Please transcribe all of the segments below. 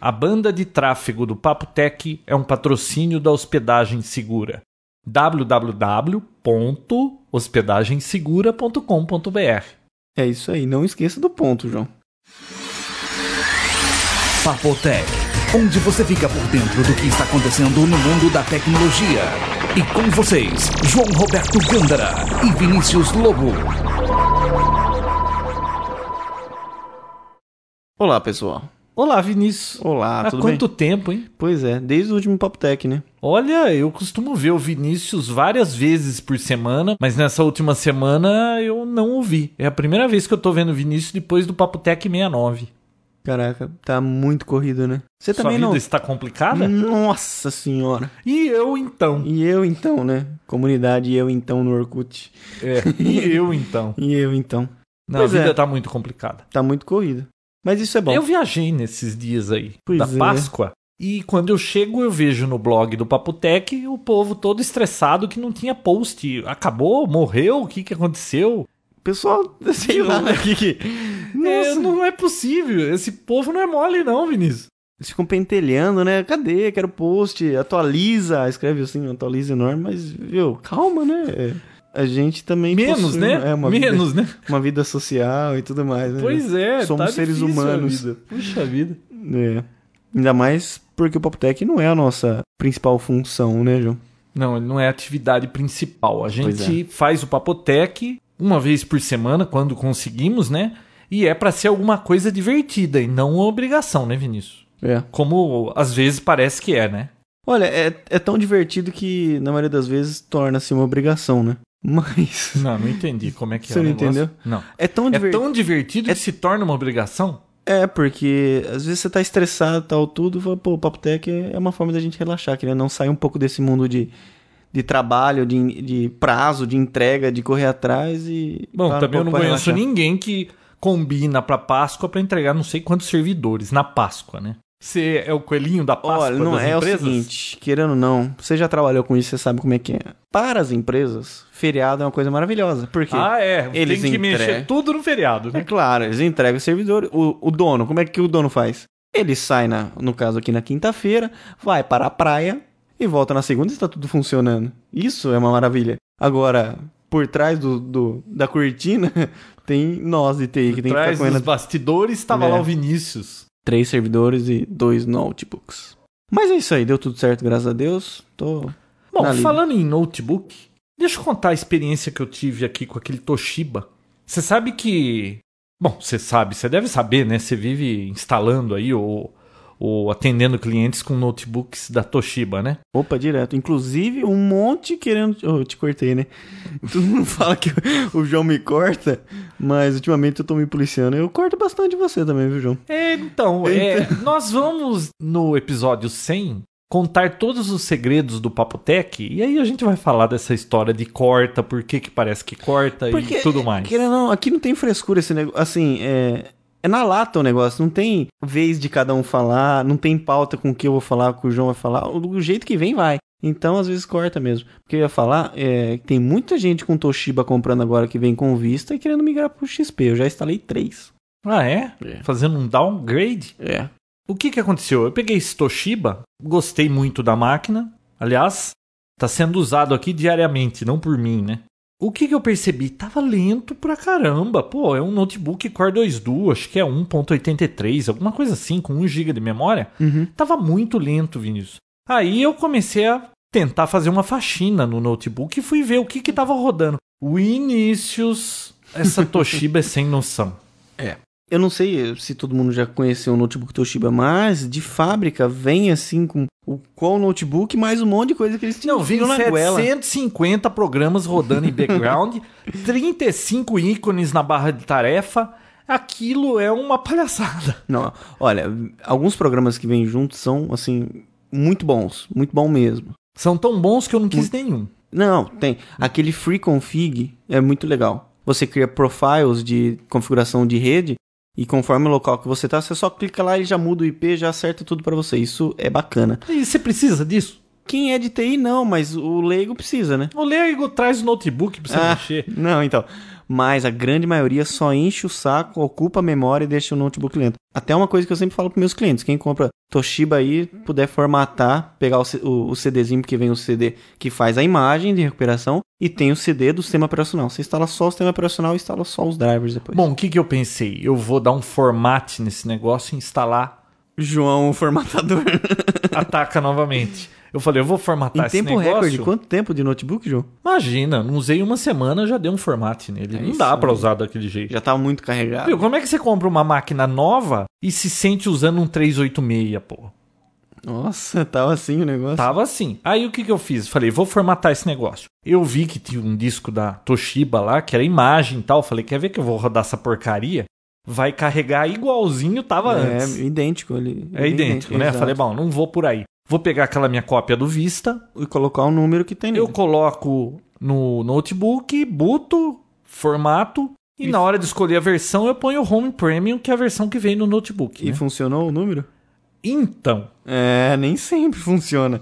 A banda de tráfego do Papo Tech é um patrocínio da Hospedagem Segura. www.hospedagensegura.com.br É isso aí, não esqueça do ponto, João. Papotec, onde você fica por dentro do que está acontecendo no mundo da tecnologia. E com vocês, João Roberto Gândara e Vinícius Lobo. Olá, pessoal. Olá, Vinícius. Olá, Há tudo quanto bem? tempo, hein? Pois é, desde o último Papo Tech, né? Olha, eu costumo ver o Vinícius várias vezes por semana, mas nessa última semana eu não o vi. É a primeira vez que eu tô vendo o Vinícius depois do Papo Tech 69. Caraca, tá muito corrido, né? Você Sua também vida não. Hum. está complicada? Nossa senhora. E eu então? E eu então, né? Comunidade e eu então no Orkut. É, e eu então? E eu então. Não, Pois a vida é. tá muito complicada. Tá muito corrido. Mas isso é bom. Eu viajei nesses dias aí, Pois da é. Páscoa. E quando eu chego, eu vejo no blog do Papotec o povo todo estressado que não tinha post. Acabou? Morreu? O que, que aconteceu? Pessoal, sei lá. né? o que que... É, Nossa. não é possível. Esse povo não é mole não, Vinícius. Eles ficam pentelhando, né? Cadê? Quero post. Atualiza. Escreve assim, atualiza enorme. Mas, viu, calma, né? A gente também Menos, possui- né? É, uma Vida, Menos, né? uma vida social e tudo mais, né? Pois é, Somos tá seres difícil a humanos. vida. Puxa vida. É. Ainda mais porque o Papotec não é a nossa principal função, né, João? Não, ele não é a atividade principal. A Pois é. gente faz o Papotec uma vez por semana, quando conseguimos, né? E é pra ser alguma coisa divertida e não uma obrigação, né, Vinícius? É. Como às vezes parece que é, né? Olha, é, é tão divertido que, na maioria das vezes, torna-se uma obrigação, né? Mas. Não, não entendi como é que Você é. o não negócio. entendeu? Não. É tão É divertido. tão divertido que se torna uma obrigação? É, porque às vezes você tá estressado, tal, tudo, fala, pô, o Papo Tech é é uma forma da gente relaxar, querendo não sair um pouco desse mundo de, de trabalho, de, de prazo, de entrega, de correr atrás e... Bom, parar um também eu pouco não pra conheço relaxar. ninguém que combina pra Páscoa pra entregar não sei quantos servidores na Páscoa, né? Você é o coelhinho da Páscoa Olha, não das é empresas? o seguinte, querendo ou não, você já trabalhou com isso, você sabe como é que é. Para as empresas, feriado é uma coisa maravilhosa, porque... Ah, é. Eles Tem que mexer entregam. tudo no feriado, É né? claro, eles entregam o servidor. O, o dono, como é que o dono faz? Ele sai, na, no caso aqui, na quinta-feira, vai para a praia e volta na segunda e está tudo funcionando. Isso é uma maravilha. Agora, por trás do, do- da cortina, tem nós de TI que tem que ficar Atrás dos correndo. bastidores estava É. lá o Vinícius. Três servidores e dois notebooks. Mas é isso aí, deu tudo certo, graças a Deus. Tô... Bom, Na lida. falando em notebook, deixa eu contar a experiência que eu tive aqui com aquele Toshiba. Você sabe que. Bom, você sabe, você deve saber, né? Você vive instalando aí ou, ou atendendo clientes com notebooks da Toshiba, né? Opa, direto. Inclusive, um monte querendo. Oh, eu te cortei, né? Todo mundo fala que o João me corta, mas ultimamente eu tô me policiando. Eu corto bastante você também, viu, João? É, então, é, nós vamos no episódio 100 contar todos os segredos do Papotec e aí a gente vai falar dessa história de corta, por que que parece que corta e tudo mais. Querendo, ou não, aqui não tem frescura esse negócio. Assim, é. É na lata o negócio, não tem vez de cada um falar, não tem pauta com o que eu vou falar, com o que o João vai falar, o- do jeito que vem vai. Então, às vezes corta mesmo. Porque eu ia falar, é, que tem muita gente com Toshiba comprando agora que vem com vista e querendo migrar pro XP. Eu já instalei três. Ah, é? É. Fazendo um downgrade? É. O que que aconteceu? Eu peguei esse Toshiba, gostei muito da máquina. Aliás, tá sendo usado aqui diariamente, não por mim, né? O que que eu percebi? Tava lento pra caramba. Pô, é um notebook Core 2 Duo, acho que é 1.83, alguma coisa assim, com 1 GB de memória. Uhum. Tava muito lento, Vinícius. Aí eu comecei a tentar fazer uma faxina no notebook e fui ver o que que tava rodando. Vinícius, essa Toshiba é sem noção. Eu não sei eh, se todo mundo já conheceu o notebook Toshiba, mas de fábrica vem assim com o qual notebook mais um monte de coisa que eles tinham Não, viram na goela. 750 programas rodando em background, 35 ícones na barra de tarefa. Aquilo é uma palhaçada. Não, olha, alguns programas que vêm juntos são assim muito bons, muito bom mesmo. São tão bons que eu não quis nenhum. Não, tem aquele free config é muito legal. Você cria profiles de configuração de rede e conforme o local que você tá, você só clica lá e já muda o IP, já acerta tudo pra você. Isso é bacana. E você precisa disso? Quem é de TI não, mas o leigo precisa, né? O Lego traz o notebook pra você Ah, mexer. Não, então. mas a grande maioria só enche o saco, ocupa a memória e deixa o notebook lento. Até uma coisa que eu sempre falo para meus clientes, quem compra Toshiba aí, puder formatar, pegar o, C- o, o CDzinho, porque vem o CD que faz a imagem de recuperação, e tem o CD do sistema operacional. Você instala só o sistema operacional e instala só os drivers depois. Bom, o que, que eu pensei? Eu vou dar um format nesse negócio e instalar João, o formatador. Ataca novamente. Eu falei, eu vou formatar em Tá esse tempo negócio. recorde, quanto tempo de notebook, João? Imagina, não usei uma semana, já deu um format nele. É não isso, dá pra né? usar daquele jeito. Já tava muito carregado. Viu, como é que você compra uma máquina nova e se sente usando um 386, pô? Nossa, tava assim o negócio. Tava assim. Aí o que, que eu fiz? Falei, vou formatar esse negócio. Eu vi que tinha um disco da Toshiba lá, que era imagem e tal. Falei, quer ver que eu vou rodar essa porcaria? Vai carregar igualzinho tava é, antes. idêntico ali. É idêntico, né? exato. Falei, bom, não vou por aí. Vou pegar aquela minha cópia do Vista, E colocar o número que tem Eu nele. coloco no notebook, boto, formato, e na hora de escolher a versão eu ponho o Home Premium, que é a versão que vem no notebook. E né? funcionou o número? Então, É, nem sempre funciona.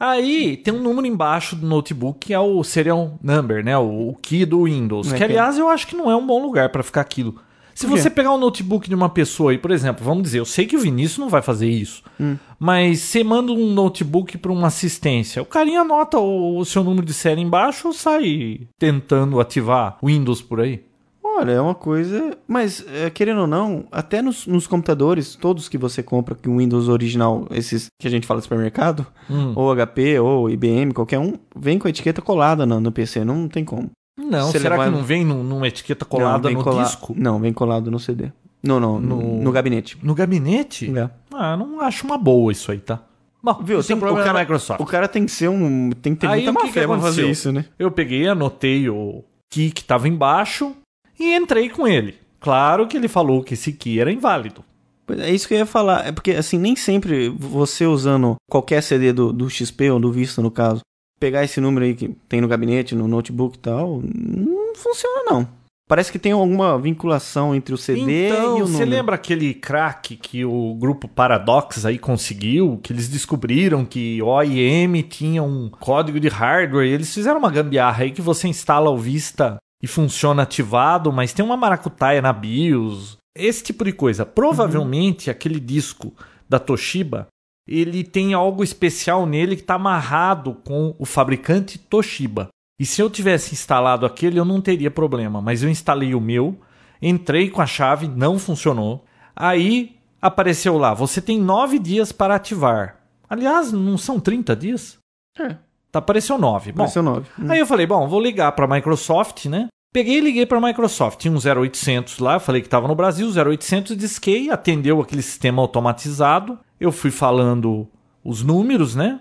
aí tem um número embaixo do notebook que é o serial number, né? O, o key do Windows. Não é que, que- aliás, eu acho que não é um bom lugar pra ficar aquilo. Se Por quê? você pegar o notebook de uma pessoa aí, por exemplo, vamos dizer, eu sei que o Vinícius não vai fazer isso, Hum. mas você manda um notebook pra uma assistência, o carinha anota o, o seu número de série embaixo ou sai tentando ativar Windows por aí? Olha, é uma coisa. Mas, é, querendo ou não, até nos, nos computadores, todos que você compra, que o Windows original, esses que a gente fala de supermercado, Hum. ou HP, ou IBM, qualquer um, vem com a etiqueta colada no, no PC. Não tem como. Não, Você será levanta- que não vem num- numa etiqueta Não, colada vem no cola- disco? Não, vem colado no CD. Não, não, no, No- no gabinete. No gabinete? É. Ah, não acho uma boa isso aí, tá? Bom, Viu? isso é tem- um problema o cara, da Microsoft. O cara tem que ser um. Tem que ter Aí, muita o que má que fé pra fazer aconteceu? isso, né? Eu peguei, anotei o key que estava embaixo e entrei com ele. Claro que ele falou que esse key era inválido. Pois É isso que eu ia falar. É porque, assim, nem sempre você usando qualquer CD do, do XP ou do Vista, no caso, pegar esse número aí que tem no gabinete, no notebook e tal, não funciona, não. Parece que tem alguma vinculação entre o CD então, e o você número. lembra aquele crack que o grupo Paradox aí conseguiu? Que eles descobriram que OIM tinha um código de hardware e eles fizeram uma gambiarra aí que você instala o Vista e funciona ativado, mas tem uma maracutaia na BIOS. Esse tipo de coisa. Uhum. Provavelmente aquele disco da Toshiba, ele tem algo especial nele que está amarrado com o fabricante Toshiba. E se eu tivesse instalado aquele, eu não teria problema. Mas eu instalei o meu, entrei com a chave, não funcionou. Aí apareceu lá: você tem nove dias para ativar. Aliás, não são 30 dias? É. Tá, apareceu nove. Bom, Apareceu 9. Aí eu falei, bom, vou ligar pra Microsoft, né? Peguei e liguei pra Microsoft. Tinha um 0800 lá, eu falei que tava no Brasil, 0800 disquei, atendeu aquele sistema automatizado. Eu fui falando os números, né?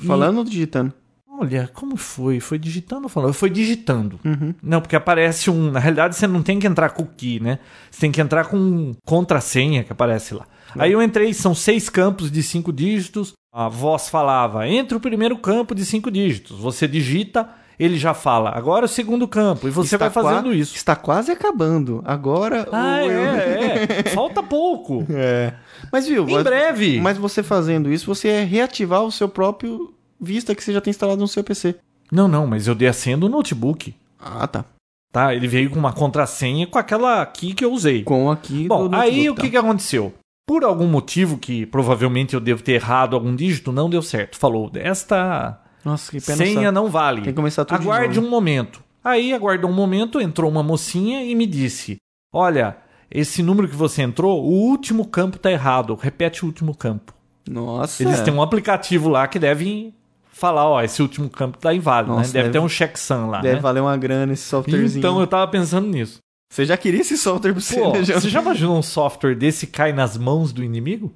E- Falando ou digitando? olha, como foi? Foi digitando ou falando? Foi digitando. Uhum. Não, porque aparece um. Na realidade, você não tem que entrar com o key, né? Você tem que entrar com um contrassenha que aparece lá. Uhum. Aí eu entrei, são seis campos de cinco dígitos. A voz falava: entre o primeiro campo de cinco dígitos. Você digita, ele já fala. Agora é o segundo campo. E você Está vai fazendo qua- isso. Está quase acabando. Agora. Ah, o... é, é. Falta pouco. é. Mas viu, Em mas, breve. mas você fazendo isso, você é reativar o seu próprio Vista que você já tem instalado no seu PC. Não, não, mas eu dei a senha do notebook. Ah, tá. Tá? Ele veio com uma contrassenha com aquela key que eu usei. Com aqui. Bom, do aí notebook, o tá. que, que aconteceu? Por algum motivo que provavelmente eu devo ter errado algum dígito, não deu certo. Falou, esta tá. Nossa, que pena. senha não Tem que vale. começar tudo Aguarde de novo. um momento. Aí aguardou um momento, entrou uma mocinha e me disse: Olha, esse número que você entrou, o último campo tá errado. Repete o último campo. Nossa. Eles têm um aplicativo lá que deve falar, ó, esse último campo tá inválido, né? Nossa, Deve, deve- ter um checksum lá, Deve né? valer um uma grana esse softwarezinho. Então eu tava pensando nisso. Você já queria esse software pra você, Pô, né, João? você já imaginou um software desse cai nas mãos do inimigo?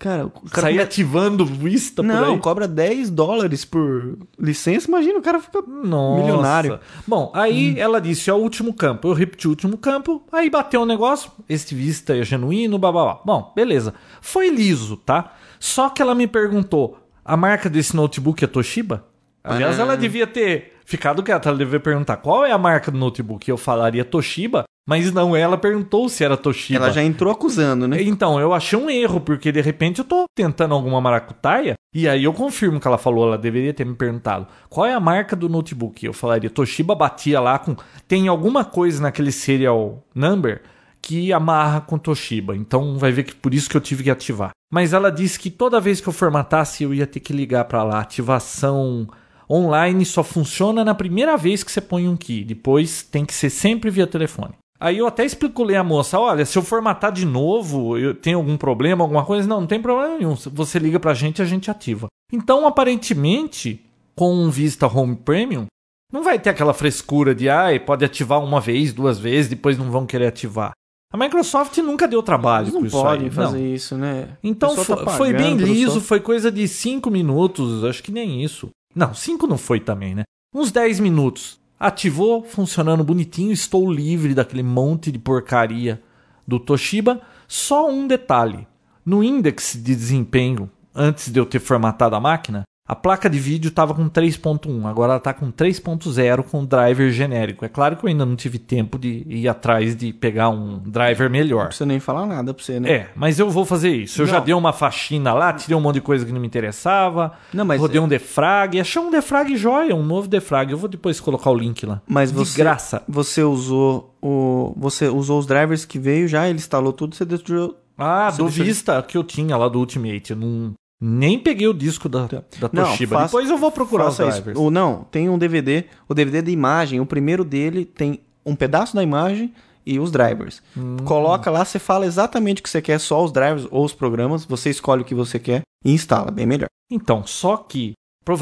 Cara, o cara... Sair cobra- ativando vista Não, por aí. cobra 10 dólares por licença. Imagina, o cara fica... Nossa. Milionário. Bom, aí ela disse, é o último campo. Eu repeti o último campo, aí bateu o negócio. Este vista é genuíno, bababá. Bom, beleza. Foi liso, tá? Só que ela me perguntou, a marca desse notebook é Toshiba? Aliás, Ah. ela devia ter ficado quieta. Ela devia perguntar, qual é a marca do notebook? Eu falaria Toshiba. Mas não, ela perguntou se era Toshiba. Ela já entrou acusando, né? Então, eu achei um erro, porque de repente eu tô tentando alguma maracutaia, e aí eu confirmo que ela falou, ela deveria ter me perguntado, qual é a marca do notebook? Eu falaria, Toshiba batia lá com... Tem alguma coisa naquele serial number que amarra com Toshiba, então vai ver que por isso que eu tive que ativar. Mas ela disse que toda vez que eu formatasse, eu ia ter que ligar para lá, ativação online só funciona na primeira vez que você põe um key, depois tem que ser sempre via telefone. Aí eu até expliquei à moça, olha, se eu formatar de novo, eu tenho algum problema, alguma coisa? Não, não tem problema nenhum. Você liga pra gente, a gente ativa. Então, aparentemente, com um Vista Home Premium, não vai ter aquela frescura de, ai, pode ativar uma vez, duas vezes, depois não vão querer ativar. A Microsoft nunca deu trabalho Eles não com isso podem aí, fazer não. isso, né? Então O pessoal fo- tá foi bem pagando pelo liso, software. foi coisa de 5 minutos, acho que nem isso. Não, 5 não foi também, né? Uns 10 minutos. Ativou, funcionando bonitinho, estou livre daquele monte de porcaria do Toshiba. Só um detalhe: no índice de desempenho, antes de eu ter formatado a máquina, a placa de vídeo estava com 3.1, agora ela está com 3.0 com driver genérico. É claro que eu ainda não tive tempo de ir atrás de pegar um driver melhor. Não precisa nem falar nada pra você, né? É, mas eu vou fazer isso. Eu já Não. dei uma faxina lá, tirei um monte de coisa que não me interessava. Não, mas- é rodei um defrag, achei um defrag joia, um novo defrag. Eu vou depois colocar o link lá. Mas de você, graça. você usou o. Você usou os drivers que veio já, ele instalou tudo, você destruiu. Ah, Você do deixa- Vista que eu tinha lá do Ultimate. Eu não, nem peguei o disco da, da Não, Toshiba. faça- depois eu vou procurar os Faça drivers. isso. Ou não, tem um DVD, o DVD da imagem, o primeiro dele tem um pedaço da imagem e os drivers. Hum. Coloca lá, você fala exatamente o que você quer, só os drivers ou os programas, você escolhe o que você quer e instala, bem melhor. Então, só que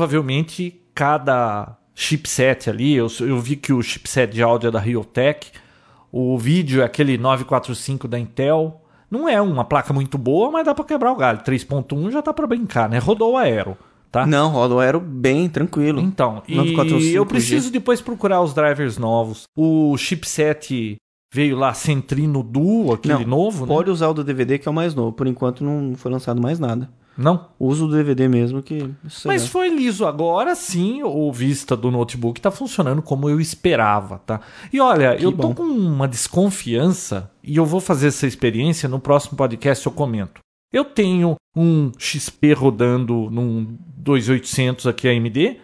provavelmente cada chipset ali, eu, eu vi que o chipset de áudio é da Realtek, o vídeo é aquele 945 da Intel. Não é uma placa muito boa, mas dá pra quebrar o galho. 3.1 já dá pra brincar, né? Rodou o aero, tá? Não, roda o Aero bem tranquilo. Então, e 945G. eu preciso depois procurar os drivers novos. O chipset veio lá Centrino Duo, aquele Não, novo, né? Pode usar o do DVD que é o mais novo. Por enquanto não foi lançado mais nada. Não? Usa o do DVD mesmo que. sei Mas lá. foi liso. Agora sim, o Vista do notebook tá funcionando como eu esperava, tá? E olha, Que eu tô bom. com uma desconfiança e eu vou fazer essa experiência no próximo podcast eu comento. Eu tenho um XP rodando num 2800 aqui AMD,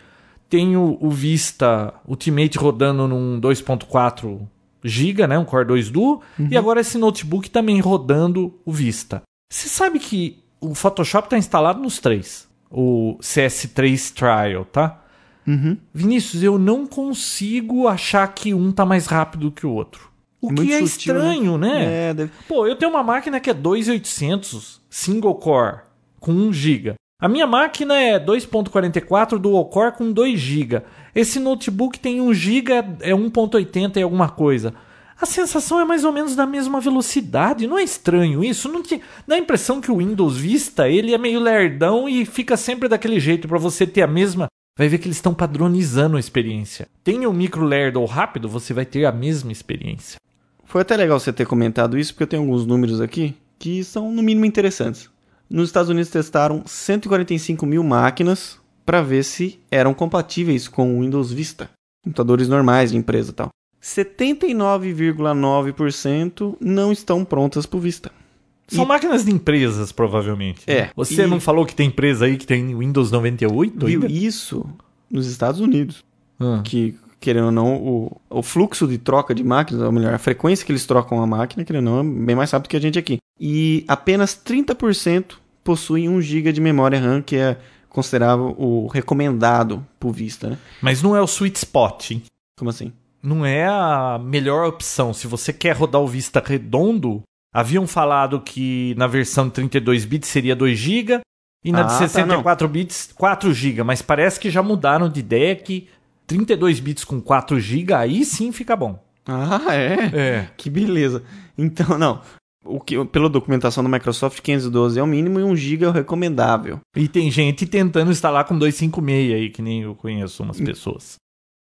tenho o Vista Ultimate rodando num 2.4 GB, né, um Core 2 Duo, Uhum. e agora esse notebook também rodando o Vista. Você sabe que o Photoshop está instalado nos três, o CS3 Trial, tá? Uhum. Vinícius, eu não consigo achar que um tá mais rápido que o outro. O Muito que é sutil, né? estranho, né? É, deve- Pô, eu tenho uma máquina que é 2800 single core com 1 GB. A minha máquina é 2.44 dual core com 2 GB. Esse notebook tem 1 GB, é 1.80 e alguma coisa. A sensação é mais ou menos da mesma velocidade, não é estranho isso? Não te... Dá a impressão que o Windows Vista, ele é meio lerdão e fica sempre daquele jeito para você ter a mesma Vai ver que eles estão padronizando a experiência. Tenha um micro lerdo ou rápido, você vai ter a mesma experiência. Foi até legal você ter comentado isso, porque eu tenho alguns números aqui que são, no mínimo, interessantes. Nos Estados Unidos testaram 145 mil máquinas para ver se eram compatíveis com o Windows Vista, computadores normais de empresa e tal. 79,9% não estão prontas para o Vista. São E- máquinas de empresas, provavelmente. né? É. Você E- não falou que tem empresa aí que tem Windows 98? Viu ainda? isso nos Estados Unidos? Ah. que, querendo ou não, o, o fluxo de troca de máquinas, ou melhor, a frequência que eles trocam a máquina, querendo ou não, é bem mais rápido que a gente aqui. E apenas 30% possuem 1 GB de memória RAM, que é considerável o recomendado por vista, né? Mas não é o sweet spot, hein? Como assim? Não é a melhor opção. Se você quer rodar o Vista redondo, haviam falado que na versão 32 bits seria 2 GB e na Ah, de tá, 64 bits 4 GB, mas parece que já mudaram de ideia que 32 bits com 4 GB aí sim fica bom. Ah, é? É. Que beleza. Então, não. O que, pela documentação da Microsoft, 512 é o mínimo e 1 GB é o recomendável. E tem gente tentando instalar com 256 aí, que nem eu conheço umas pessoas.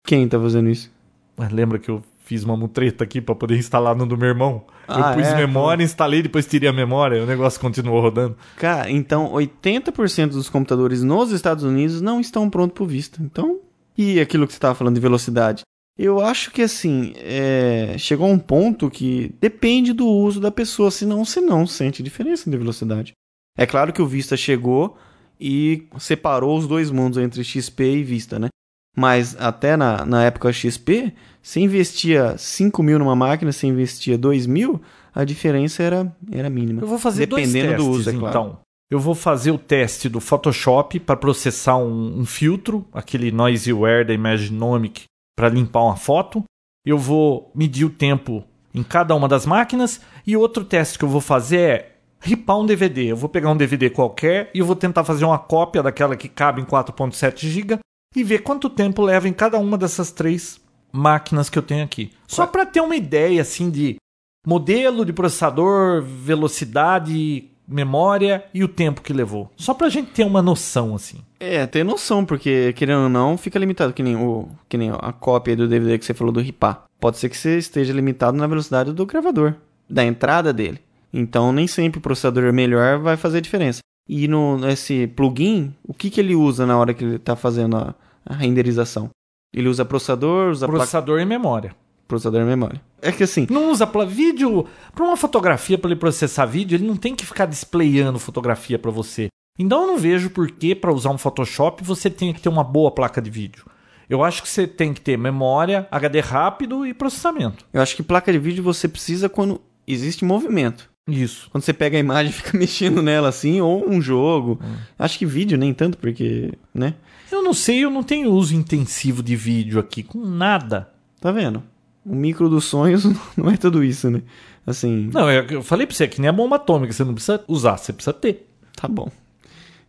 Quem tá fazendo isso? Mas lembra que eu fiz uma mutreta aqui pra poder instalar no do meu irmão? Ah, eu pus é? memória, instalei, depois tirei a memória, o negócio continuou rodando. Cara, então 80% dos computadores nos Estados Unidos não estão prontos pro Vista. Então, e aquilo que você estava falando de velocidade? Eu acho que assim, é, chegou a um ponto que depende do uso da pessoa, senão você não sente diferença de velocidade. É claro que o Vista chegou e separou os dois mundos entre XP e Vista, né? Mas até na, na época XP, se investia 5 mil numa máquina, se investia 2 mil, a diferença era, era mínima. Eu vou fazer dois Dependendo do testes, uso, é claro. então. Eu vou fazer o teste do Photoshop para processar um, um filtro, aquele Noisyware da Imaginomic, para limpar uma foto. Eu vou medir o tempo em cada uma das máquinas. E outro teste que eu vou fazer é ripar um DVD. Eu vou pegar um DVD qualquer e eu vou tentar fazer uma cópia daquela que cabe em 4.7 GB e ver quanto tempo leva em cada uma dessas três máquinas que eu tenho aqui. Só para ter uma ideia assim de modelo de processador, velocidade, memória e o tempo que levou. Só pra gente ter uma noção, assim. É, tem noção, porque querendo ou não, fica limitado, que nem, o, que nem a cópia do DVD que você falou do ripar. Pode ser que você esteja limitado na velocidade do gravador, da entrada dele. Então nem sempre o processador melhor vai fazer diferença. E no nesse plugin, o que, que ele usa na hora que ele está fazendo a, a renderização? Ele usa processador, usa placa- Processador e memória. processador e memória. É que assim, Não usa pra vídeo. Pra uma fotografia, pra ele processar vídeo, ele não tem que ficar displayando fotografia pra você. Então eu não vejo por que, pra usar um Photoshop, você tem que ter uma boa placa de vídeo. Eu acho que você tem que ter memória, HD rápido e processamento. eu acho que placa de vídeo você precisa quando existe movimento. Isso. Quando você pega a imagem e fica mexendo nela assim, ou um jogo. Hum. Acho que vídeo nem tanto, porque, né? Eu não sei, eu não tenho uso intensivo de vídeo aqui com nada. Tá vendo? O micro dos sonhos não é tudo isso, né? Assim, Não, eu, eu falei pra você, é que nem a bomba atômica, você não precisa usar, você precisa ter. tá bom.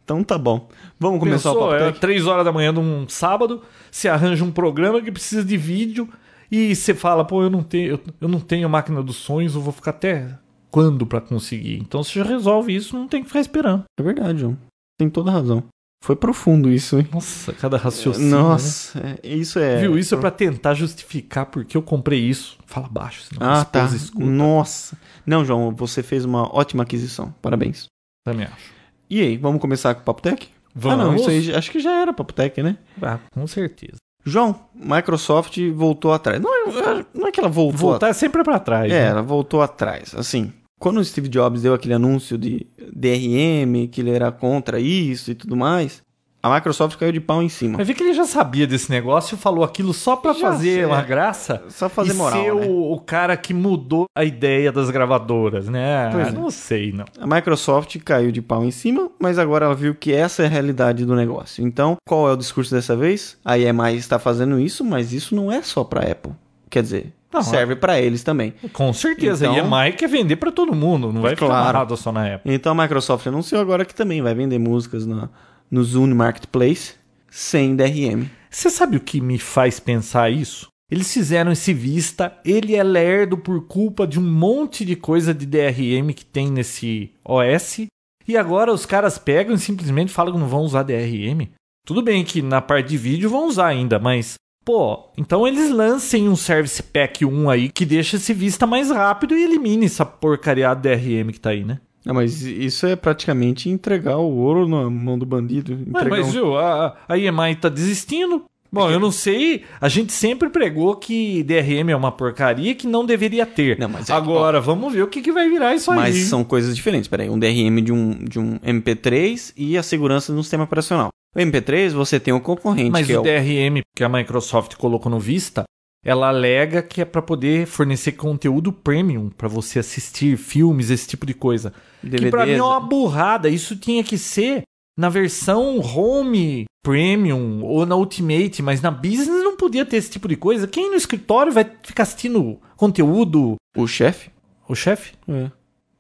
Então tá bom. Vamos começar Pensou, o papo é técnico? três horas da manhã de um sábado, você arranja um programa que precisa de vídeo e você fala, pô, eu não tenho, eu, eu não tenho máquina dos sonhos, eu vou ficar até quando pra conseguir? Então você já resolve isso, não tem que ficar esperando. É verdade, João. Tem toda razão. Foi profundo isso, hein? Nossa, cada raciocínio. né? Nossa, é, isso é. Viu, isso é pra tentar justificar porque eu comprei isso. Fala baixo, senão minha Ah, tá. esposa escuta. Nossa. Não, João, você fez uma ótima aquisição. Parabéns. Também acho. E aí, vamos começar com o Papo Tech? Ah, Vamos. não, isso aí já- acho que já era Papo Tech, né? Ah, com certeza. João, Microsoft voltou atrás. Não, é- não é que ela voltou Voltar é sempre pra trás. É, né? ela voltou atrás. Assim, quando o Steve Jobs deu aquele anúncio de DRM, que ele era contra isso e tudo mais, a Microsoft caiu de pau em cima. Mas vê que ele já sabia desse negócio e falou aquilo só pra Já fazer sei. uma graça. Só fazer e moral, ser né? o, o cara que mudou a ideia das gravadoras, né? Pois Ah, é. Não sei, não. A Microsoft caiu de pau em cima, mas agora ela viu que essa é a realidade do negócio. Então, qual é o discurso dessa vez? A EMI está fazendo isso, mas isso não é só para Apple. Quer dizer, Não, é. serve para eles também. Com certeza. Então- E a Mike quer vender pra todo mundo, não vai Claro. ficar amarrado só na época. Então a Microsoft anunciou agora que também vai vender músicas na, no Zune Marketplace sem DRM. Você sabe o que me faz pensar isso? Eles fizeram esse Vista, ele é lerdo por culpa de um monte de coisa de DRM que tem nesse OS. E agora os caras pegam e simplesmente falam que não vão usar DRM. Tudo bem que na parte de vídeo vão usar ainda, mas pô, então eles lancem um Service Pack 1 aí que deixa esse Vista mais rápido e elimine essa porcaria de DRM que tá aí, né? Não, Ah, mas isso é praticamente entregar o ouro na mão do bandido. Ué, Entregar mas um- viu, a, a EMI tá desistindo. Bom, eu não sei. A gente sempre pregou que DRM é uma porcaria que não deveria ter. Não, mas é- Agora, vamos ver o que, que vai virar isso Mas aí. são coisas diferentes. Peraí, um DRM de um, de um MP3 e a segurança de um sistema operacional. O MP3 você tem um concorrente Mas que é o o... DRM que a Microsoft colocou no Vista, ela alega que é para poder fornecer conteúdo premium para você assistir filmes, esse tipo de coisa. Que pra mim é DVDs. uma burrada. Isso tinha que ser na versão home premium ou na ultimate, mas na business não podia ter esse tipo de coisa. Quem no escritório vai ficar assistindo conteúdo? O chefe? O chefe? É.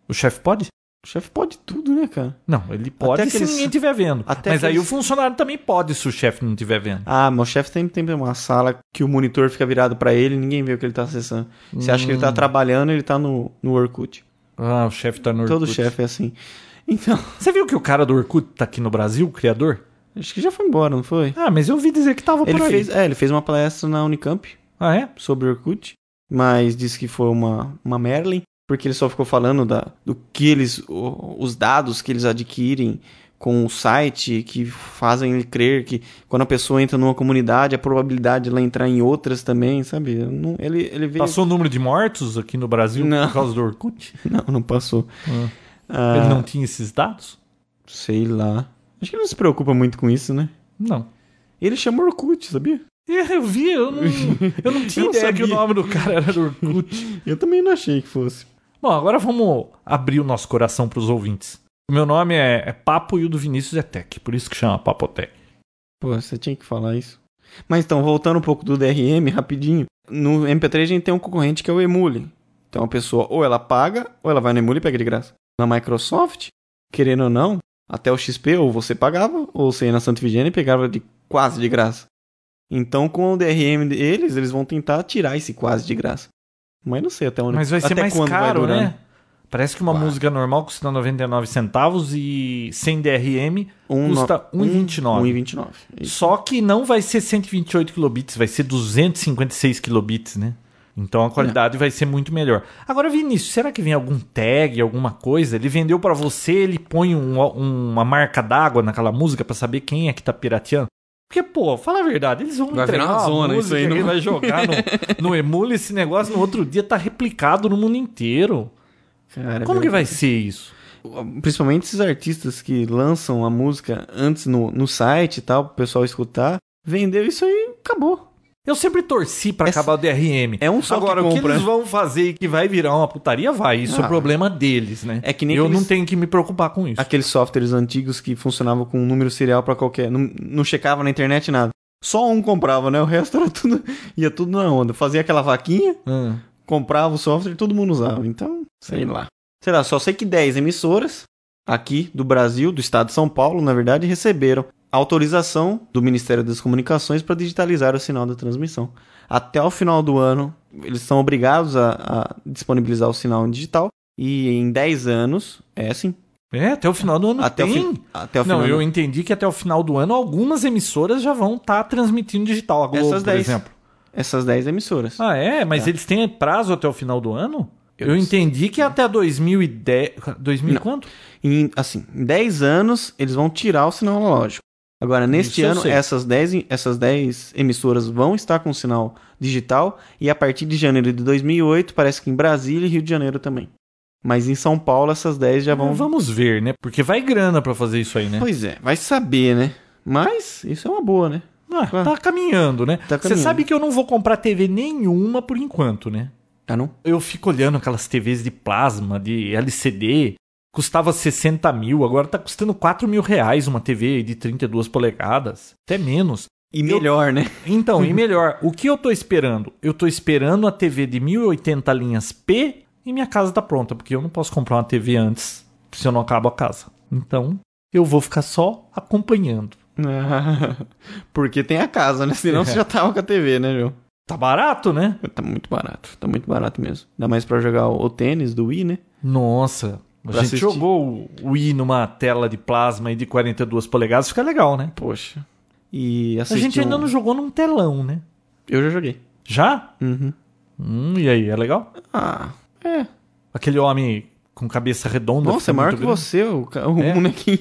O chefe pode? O chefe pode tudo, né, cara? Não, ele pode Até se aqueles- ninguém estiver vendo. até mas aí o aqueles- funcionário também pode se o chefe não estiver vendo. Ah, meu chefe tem, tem uma sala que o monitor fica virado pra ele e ninguém vê o que ele tá acessando. Você acha que Hum. ele tá trabalhando ele tá no, no Orkut. Ah, o chefe tá no Orkut. Todo chefe é assim. Então, Você viu que o cara do Orkut tá aqui no Brasil, o criador? acho que já foi embora, não foi? Ah, mas eu ouvi dizer que tava Ele por aí. fez, é, ele fez uma palestra na Unicamp. Ah, é? sobre Orkut, mas disse que foi uma, uma Merlin, porque ele só ficou falando da, do que eles, o- os dados que eles adquirem, com um site que fazem ele crer que quando a pessoa entra numa comunidade, a probabilidade de ela entrar em outras também, sabe? Não- ele, ele veio. Passou o número de mortos aqui no Brasil Não. por causa do Orkut? Não, não passou. Ah. Ah, Ele não tinha esses dados? Sei lá. Acho que ele não se preocupa muito com isso, né? Não. Ele chama Orkut, sabia? É, Eu vi, eu não, eu não tinha Eu não ideia que o sabia. nome do cara era do Orkut. Eu também não achei que fosse. Bom, agora vamos abrir o nosso coração para os ouvintes. O meu nome é, é Papo e o do Vinícius é Tech, por isso que chama Papotec. Pô, você tinha que falar isso. Mas então, voltando um pouco do DRM, rapidinho. No MP3 a gente tem um concorrente que é o Emule. Então a pessoa ou ela paga, ou ela vai no Emule e pega de graça. Na Microsoft, querendo ou não, até o XP ou você pagava, ou você ia na Santa Efigênia e pegava de quase de graça. Então com o DRM deles, eles vão tentar tirar esse quase de graça. Mas não sei até onde Mas vai ser até mais quando vai caro, durar. né? Parece que uma Vai. música normal custa 99 centavos e sem DRM Um no- custa 1,29. 1,29. Isso. Só que não vai ser 128 kilobits, vai ser 256 kilobits, né? Então a É. qualidade vai ser muito melhor. Agora, Vinícius, será que vem algum tag, alguma coisa? Ele vendeu pra você, ele põe um- uma marca d'água naquela música pra saber quem é que tá pirateando? Porque, pô, fala a verdade, eles vão Vai entregar virar uma uma zona isso música, aí, ele não? vai jogar no, no emule esse negócio, no outro dia tá replicado no mundo inteiro. Cara, Como velho. que vai ser isso? principalmente esses artistas que lançam a música antes no, no site e tal, pro pessoal escutar, vendeu isso aí, acabou. Eu sempre torci pra Essa- acabar o DRM. É um só Agora, que o que compra. eles vão fazer e que vai virar uma putaria, vai. Isso Ah. é problema deles, né? É que nem Eu aqueles- não tenho que me preocupar com isso. Aqueles softwares antigos que funcionavam com um número serial pra qualquer, não, não checava na internet nada. Só um comprava, né? O resto era tudo ia tudo na onda. Fazia aquela vaquinha, Ah. comprava o software e todo mundo usava. Então, sei lá. Sei lá, só sei que 10 emissoras aqui do Brasil, do estado de São Paulo, na verdade, receberam autorização do Ministério das Comunicações para digitalizar o sinal da transmissão. Até o final do ano, eles são obrigados a, a disponibilizar o sinal digital. E em 10 anos, é sim, É, até o final do ano até o, tem. fi- até o final Não, do eu entendi que até o final do ano algumas emissoras já vão estar transmitindo digital. A Globo, Essas por 10. exemplo. essas 10 emissoras. Ah, é? Mas É. eles têm prazo até o final do ano? Eu Eu, não sei. entendi que é até 2010... 2000 e Não. quanto? Em, assim, em 10 anos, eles vão tirar o sinal analógico. Agora, neste eu ano, sei. essas 10, em- essas 10 emissoras vão estar com sinal digital e a partir de janeiro de 2008, parece que em Brasília e Rio de Janeiro também. Mas em São Paulo, essas 10 já vão... Vamos ver, né? Porque vai grana pra fazer isso aí, né? Pois é, vai saber, né? Mas isso é uma boa, né? Ah, tá caminhando, né? Tá Você caminhando. sabe que eu não vou comprar TV nenhuma por enquanto, né? Ah, não? Eu fico olhando aquelas TVs de plasma, de LCD. Custava 60 mil, agora tá custando 4 mil reais uma TV de 32 polegadas. Até menos. E melhor, né? Então, e melhor, o que eu tô esperando? Eu tô esperando a TV de 1080 linhas P e minha casa tá pronta, porque eu não posso comprar uma TV antes, se eu não acabo a casa. Então, eu vou ficar só acompanhando. Porque tem a casa, né? Senão você já tava com a TV, né, João? Tá barato, né? Tá muito barato, tá muito barato mesmo. Ainda mais pra jogar o, o tênis do Wii, né? Nossa, a Pra gente assistir. jogou o Wii numa tela de plasma aí de 42 polegadas, fica legal, né? Poxa. E A assistir gente ainda um- não jogou num telão, né? Eu já joguei. Já? Uhum. Hum, e aí, é legal? Ah, é. Aquele homem com cabeça redonda. Nossa, fica é maior que muito grande. você, o, ca- o É. bonequinho.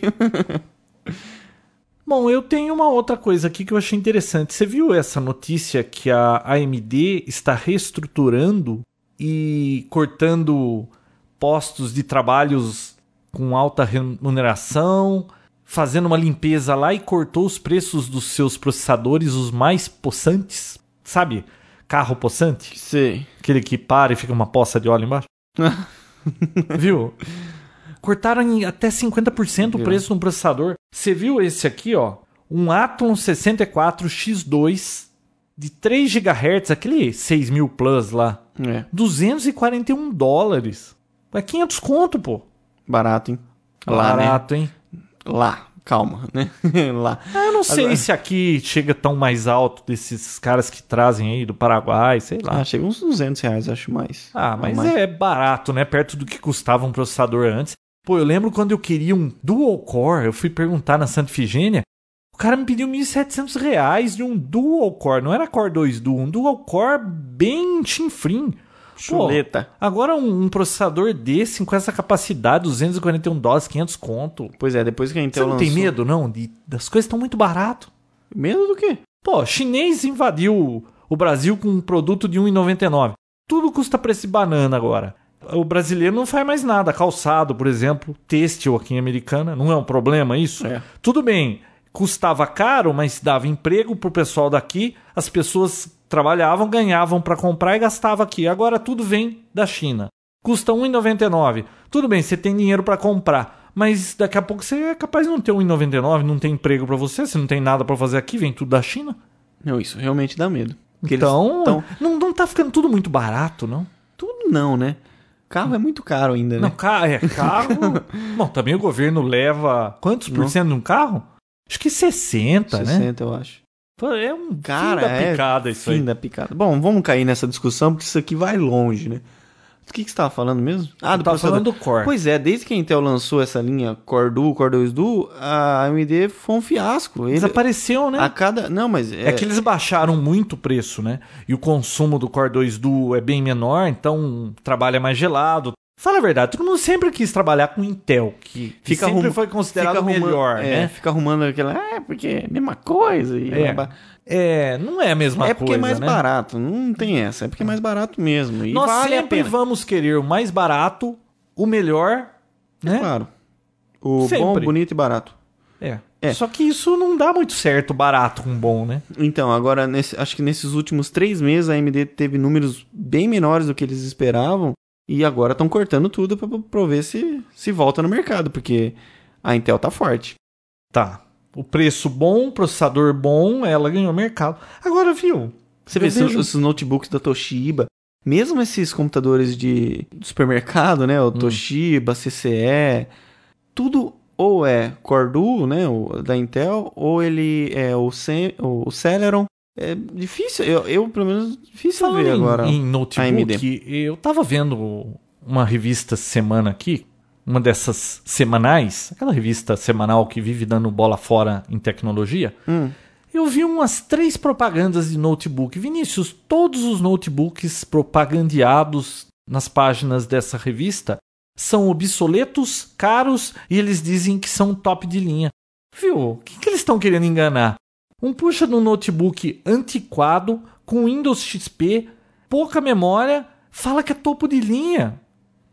Bom, eu tenho uma outra coisa aqui que eu achei interessante. Você viu essa notícia que a AMD está reestruturando e cortando postos de trabalhos com alta remuneração, fazendo uma limpeza lá e cortou os preços dos seus processadores, os mais possantes? Sabe? Carro possante? Sei. Aquele que para e fica uma poça de óleo embaixo? viu? Cortaram em até 50% o Viu. preço de um processador. Você viu esse aqui, ó? Um Atom 64X2 de 3 GHz, aquele 6000 Plus lá. É, 241 dólares. É 500 conto, pô. barato, hein? Lá, Barato, hein? né? Lá, calma, né? Lá. Ah, eu não sei Agora- se aqui chega tão mais alto desses caras que trazem aí do Paraguai, sei lá. Ah, chega uns 200 reais, acho mais. Ah, mas mais. é barato, né? Perto do que custava um processador antes. Pô, eu lembro quando eu queria um dual core, eu fui perguntar na Santa Figênia, o cara me pediu 1.700 reais de um dual core, não era core 2 duo, um dual core bem chinfrim. Chuleta. Agora um, um processador desse com essa capacidade, 241 dólares, 500 conto. Pois é, depois que a Você Intel não lançou... tem medo, não? De, das coisas estão muito barato. Medo do quê? Pô, chinês invadiu o Brasil com um produto de 1,99. Tudo custa preço de banana agora. O brasileiro não faz mais nada. Calçado, por exemplo, têxtil aqui em Americana. Não é um problema isso? É. Tudo bem, custava caro, mas dava emprego pro pessoal daqui. As pessoas trabalhavam, ganhavam para comprar e gastavam aqui. Agora tudo vem da China. Custa 1,99. Tudo bem, você tem dinheiro para comprar, mas daqui a pouco você é capaz de não ter 1,99, não tem emprego para você, você não tem nada para fazer aqui, vem tudo da China. Não, isso realmente dá medo. Porque eles Então, tão- não, não tá ficando tudo muito barato, não? Tudo não, né? Carro é muito caro ainda, Não, né? carro é carro. Bom, também o governo leva quantos por Não. cento de um carro? Acho que tá, 60, né? 60, eu acho. Pô, É um Cara, fim da é picada isso Fim aí. da picada. Bom, vamos cair nessa discussão, porque isso aqui vai longe, né? Do que, que você tava falando mesmo? Ah, Eu tava processador. falando do Core. Pois é, desde que a Intel lançou essa linha Core Duo, Core 2 Duo, a AMD foi um fiasco. Ele, Desapareceu, né? a cada... Não, mas... É que eles baixaram muito o preço, né? E o consumo do Core 2 Duo é bem menor, então trabalha mais gelado. Fala a verdade, todo mundo sempre quis trabalhar com Intel, que, que Fica sempre arrum- foi considerado melhor, é, né? Fica arrumando aquela... É, porque é a mesma coisa. E É. babá. É, não é a mesma é coisa, porque é mais né? barato. Não tem essa. É porque é mais barato mesmo. E Nós vale a sempre pena. vamos querer o mais barato, o melhor, né? Claro. O bom, Sempre. bonito e barato. É. É. Só que isso não dá muito certo, barato com bom, né? Então, agora, nesse- acho que nesses últimos três meses a AMD teve números bem menores do que eles esperavam. E agora estão cortando tudo pra- pra ver se, se volta no mercado, porque a Intel tá forte. Tá. O preço bom, processador bom, ela ganhou mercado. Agora, viu? Você Eu vê esses- vejo- esses notebooks da Toshiba, mesmo esses computadores de do supermercado, Hum. né? O Toshiba, CCE, tudo ou é Core Duo, né? O da Intel, ou ele é o, Cem- o Celeron. É difícil, eu, eu, pelo menos difícil Falando ver em, agora. em um notebook, AMD. eu tava vendo uma revista semana aqui, uma dessas semanais, aquela revista semanal que vive dando bola fora em tecnologia. Hum. Eu vi umas três propagandas de notebook. Vinícius, todos os notebooks propagandeados nas páginas dessa revista são obsoletos, caros e eles dizem que são top de linha. Viu? O que, que eles estão querendo enganar? Um puxa de um notebook antiquado, com Windows XP, pouca memória, fala que é topo de linha.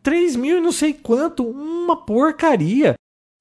3 mil e não sei quanto, uma porcaria.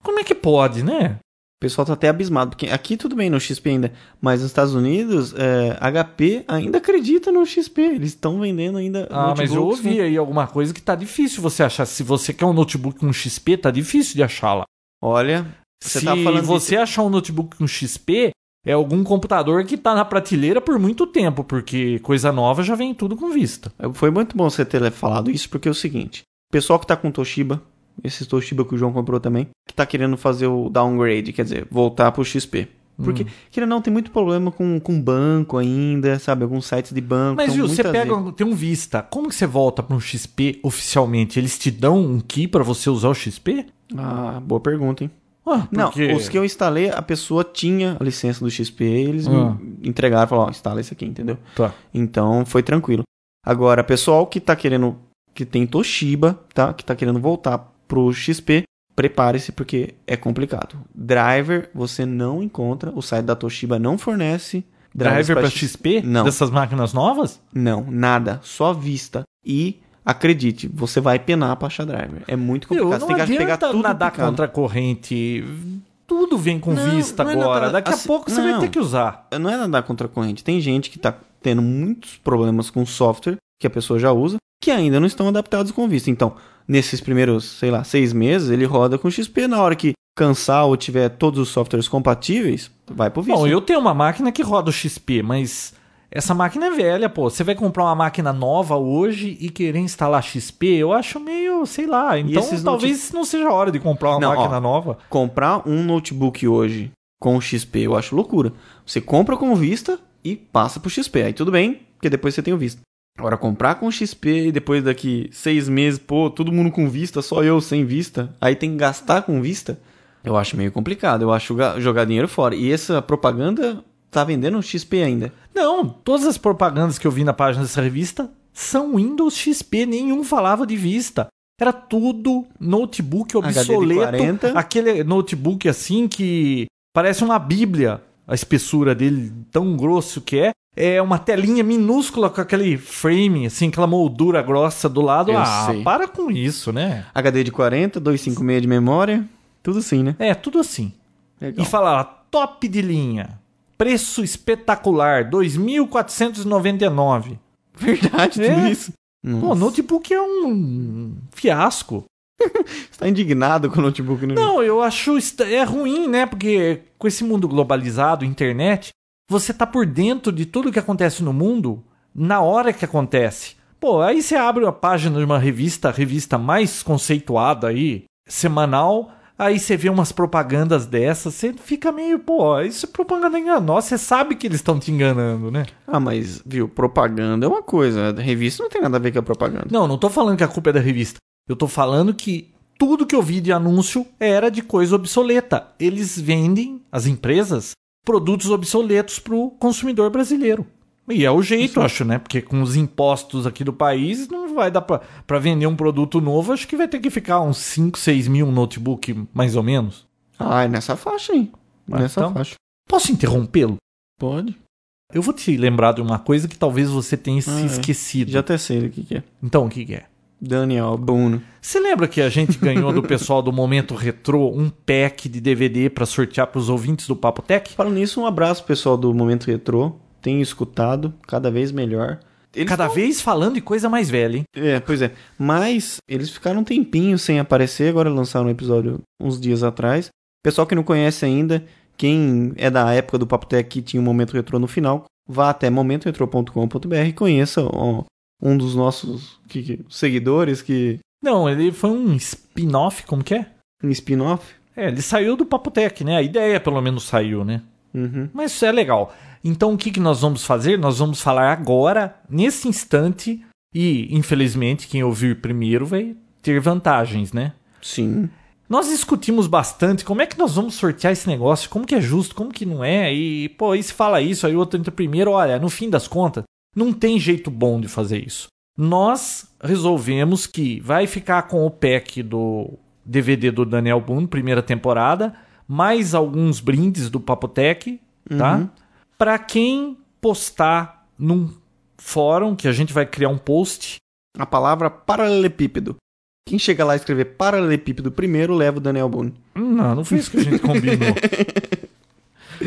Como é que pode, né? O pessoal tá até abismado, porque aqui tudo bem no XP ainda, mas nos Estados Unidos, é, HP ainda acredita no XP, eles estão vendendo ainda Ah, mas eu notebooks, ouvi né? aí alguma coisa que tá difícil você achar. Se você quer um notebook com XP, tá difícil de achá-la. Olha, Você Se tá falando você achar um notebook com XP, é algum computador que tá na prateleira por muito tempo, porque coisa nova já vem tudo com vista. foi muito bom você ter falado isso, porque é o seguinte, o pessoal que tá com Toshiba, esse Toshiba que o João comprou também, que tá querendo fazer o downgrade, quer dizer, voltar pro XP. Hum. Porque, querendo ou não, tem muito problema com, com banco ainda, sabe? Alguns sites de banco. Mas então viu, você muitas pega, vezes- um- tem um Vista. Como que você volta para um XP oficialmente? Eles te dão um key para você usar o XP? Ah, boa pergunta, hein? Ah, Não, porque- os que eu instalei, a pessoa tinha a licença do XP, eles Ah. me entregaram e falaram, ó, instala isso aqui, entendeu? Tá. Então, foi tranquilo. Agora, pessoal que tá querendo, que tem Toshiba, tá? Que tá querendo voltar pro XP, prepare-se porque é complicado. Driver, você não encontra, o site da Toshiba não fornece. drivers Driver pra para XP? Não. Dessas máquinas novas? Não, nada, só vista e... Acredite, você vai penar pra achar driver. É muito Meu, complicado. não você tem que adianta pegar tudo nadar duplicado. contra a corrente. Tudo vem com Não, vista não é agora. nadar- Daqui assim, a pouco você não. vai ter que usar. não é nadar contra a corrente. Tem gente que tá tendo muitos problemas com software que a pessoa já usa, que ainda não estão adaptados com vista. Então, nesses primeiros, sei lá, seis meses, ele roda com XP. Na hora que cansar ou tiver todos os softwares compatíveis, vai pro vista. Bom, eu tenho uma máquina que roda o XP, mas essa máquina é velha, pô. Você vai comprar uma máquina nova hoje e querer instalar XP? Eu acho meio, sei lá. Então esses talvez não seja a hora de comprar uma Não, ó. máquina nova. Comprar um notebook hoje com XP, eu acho loucura. Você compra com vista e passa pro XP. Aí tudo bem, porque depois você tem o vista. Agora, comprar com XP e depois daqui seis meses, pô, todo mundo com vista, só eu sem vista. Aí tem que gastar com vista. Eu acho meio complicado. Eu acho ga- jogar dinheiro fora. E essa propaganda tá vendendo XP ainda. Não, todas as propagandas que eu vi na página dessa revista são Windows XP, nenhum falava de vista. Era tudo notebook HD de obsoleto. 40. Aquele notebook assim que parece uma bíblia, a espessura dele, tão grosso que é. É uma telinha minúscula com aquele frame, assim, aquela moldura grossa do lado. Eu ah, sei. para com isso, né? HD de 40, 256 de memória. Tudo sim, né? É, tudo assim. Legal. E fala lá, top de linha. Preço espetacular, 2.499. Verdade, tudo É. isso. Pô, Nossa, notebook é um fiasco. Você tá indignado com o notebook, né? Não, eu acho est- é ruim, né? Porque com esse mundo globalizado, internet, você tá por dentro de tudo que acontece no mundo na hora que acontece. Pô, aí você abre uma página de uma revista, a revista mais conceituada aí, semanal, aí você vê umas propagandas dessas, você fica meio, pô, isso é propaganda enganosa, você sabe que eles estão te enganando, né? Ah, mas, viu, propaganda é uma coisa. A revista não tem nada a ver com a propaganda. Não, não tô falando que a culpa é da revista. Eu tô falando que tudo que eu vi de anúncio era de coisa obsoleta. Eles vendem, as empresas, produtos obsoletos pro consumidor brasileiro. E é o jeito, eu acho, né? Porque com os impostos aqui do país, não vai dar pra, pra vender um produto novo. Acho que vai ter que ficar uns 5, 6 mil um notebook, mais ou menos. Ah, é nessa faixa, hein? Ah, Nessa então. faixa. Posso interrompê-lo? Pode. Eu vou te lembrar de uma coisa que talvez você tenha se Ah, é. esquecido. Já até sei do que, que é. Então, o que que é? Daniel Boone. Você lembra que a gente ganhou do pessoal do Momento Retrô um pack de DVD pra sortear pros ouvintes do Papo Tech? Falando nisso, um abraço pessoal do Momento Retrô. Tenho escutado cada vez melhor. Eles Cada tão- vez falando de coisa mais velha, hein? É, pois é. Mas eles ficaram um tempinho sem aparecer, agora lançaram um episódio uns dias atrás. Pessoal que não conhece ainda, quem é da época do Papo Tech que tinha o Momento Retrô no final, vá até momentoretrô.com.br e conheça ó, um dos nossos que- que- seguidores, que Não, ele foi um spin-off, como que é? um spin-off. É, ele saiu do Papo Tech, né? A ideia pelo menos saiu, né? Uhum. Mas isso é legal. Então o que, que nós vamos fazer? Nós vamos falar agora, nesse instante, e infelizmente quem ouvir primeiro vai ter vantagens, né? Sim. Nós discutimos bastante como é que nós vamos sortear esse negócio, como que é justo, como que não é, e pô, aí se fala isso, aí o outro entra primeiro, olha, no fim das contas, não tem jeito bom de fazer isso. Nós resolvemos que vai ficar com o pack do DVD do Daniel Boone, primeira temporada, mais alguns brindes do Papotec, tá? Uhum. Pra quem postar num fórum, que a gente vai criar um post, A palavra paralelepípedo. Quem chega lá e escrever paralelepípedo primeiro leva o Daniel Boone. Não, não foi isso que a gente combinou.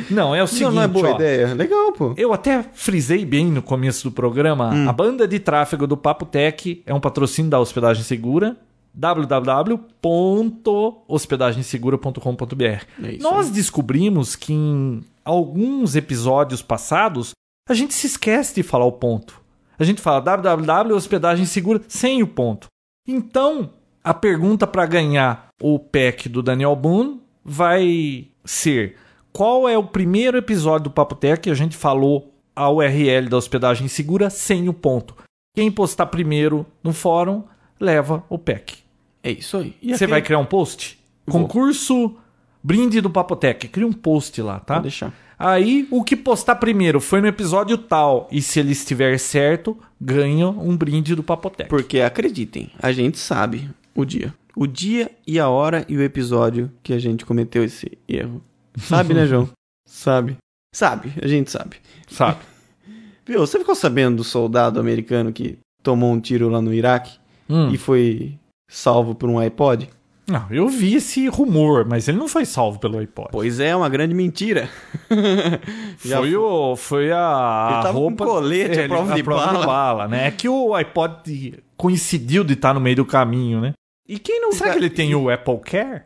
não, é o seguinte, não, não é boa ó, ideia. Legal, pô. Eu até frisei bem no começo do programa. Hum. A banda de tráfego do Papo Tech é um patrocínio da Hospedagem Segura www.hospedagensegura.com.br É isso Nós descobrimos que em alguns episódios passados a gente se esquece de falar o ponto. A gente fala www hospedagem segura sem o ponto. Então, a pergunta para ganhar o pack do Daniel Boone vai ser: qual é o primeiro episódio do Papo Tech que a gente falou a URL da hospedagem segura sem o ponto? Quem postar primeiro no fórum leva o pack. É isso aí. E Você aquele- vai criar um post? Vou. Concurso Brinde do Papotec. Cria um post lá, tá? Pode deixar. Aí, o que postar primeiro foi no episódio tal. E se ele estiver certo, ganha um brinde do Papotec. Porque acreditem, a gente sabe o dia. O dia e a hora e o episódio que a gente cometeu esse erro. Sabe, né, João? Sabe. Sabe, a gente sabe. Sabe? Viu, você ficou sabendo do soldado americano que tomou um tiro lá no Iraque Hum. e foi salvo por um iPod? Não, eu vi esse rumor, mas ele não foi salvo pelo iPod. Pois é, uma grande mentira. Já foi, o, foi a Ele tava com roupa... colete, a ele- prova de bala. né? É que o iPod coincidiu de estar no meio do caminho, né? E quem não Será que ele tem o Apple Care?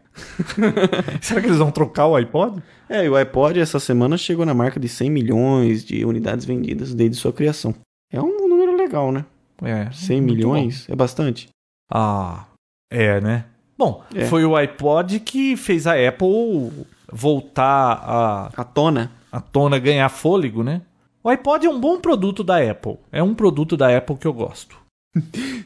Será que eles vão trocar o iPod? É, e o iPod essa semana chegou na marca de 100 milhões de unidades vendidas desde sua criação. É um número legal, né? É, 100 muito bom. milhões é bastante. Ah, é, né? Bom, É. foi o iPod que fez a Apple voltar à A tona à tona, ganhar fôlego, né? O iPod é um bom produto da Apple. É um produto da Apple que eu gosto.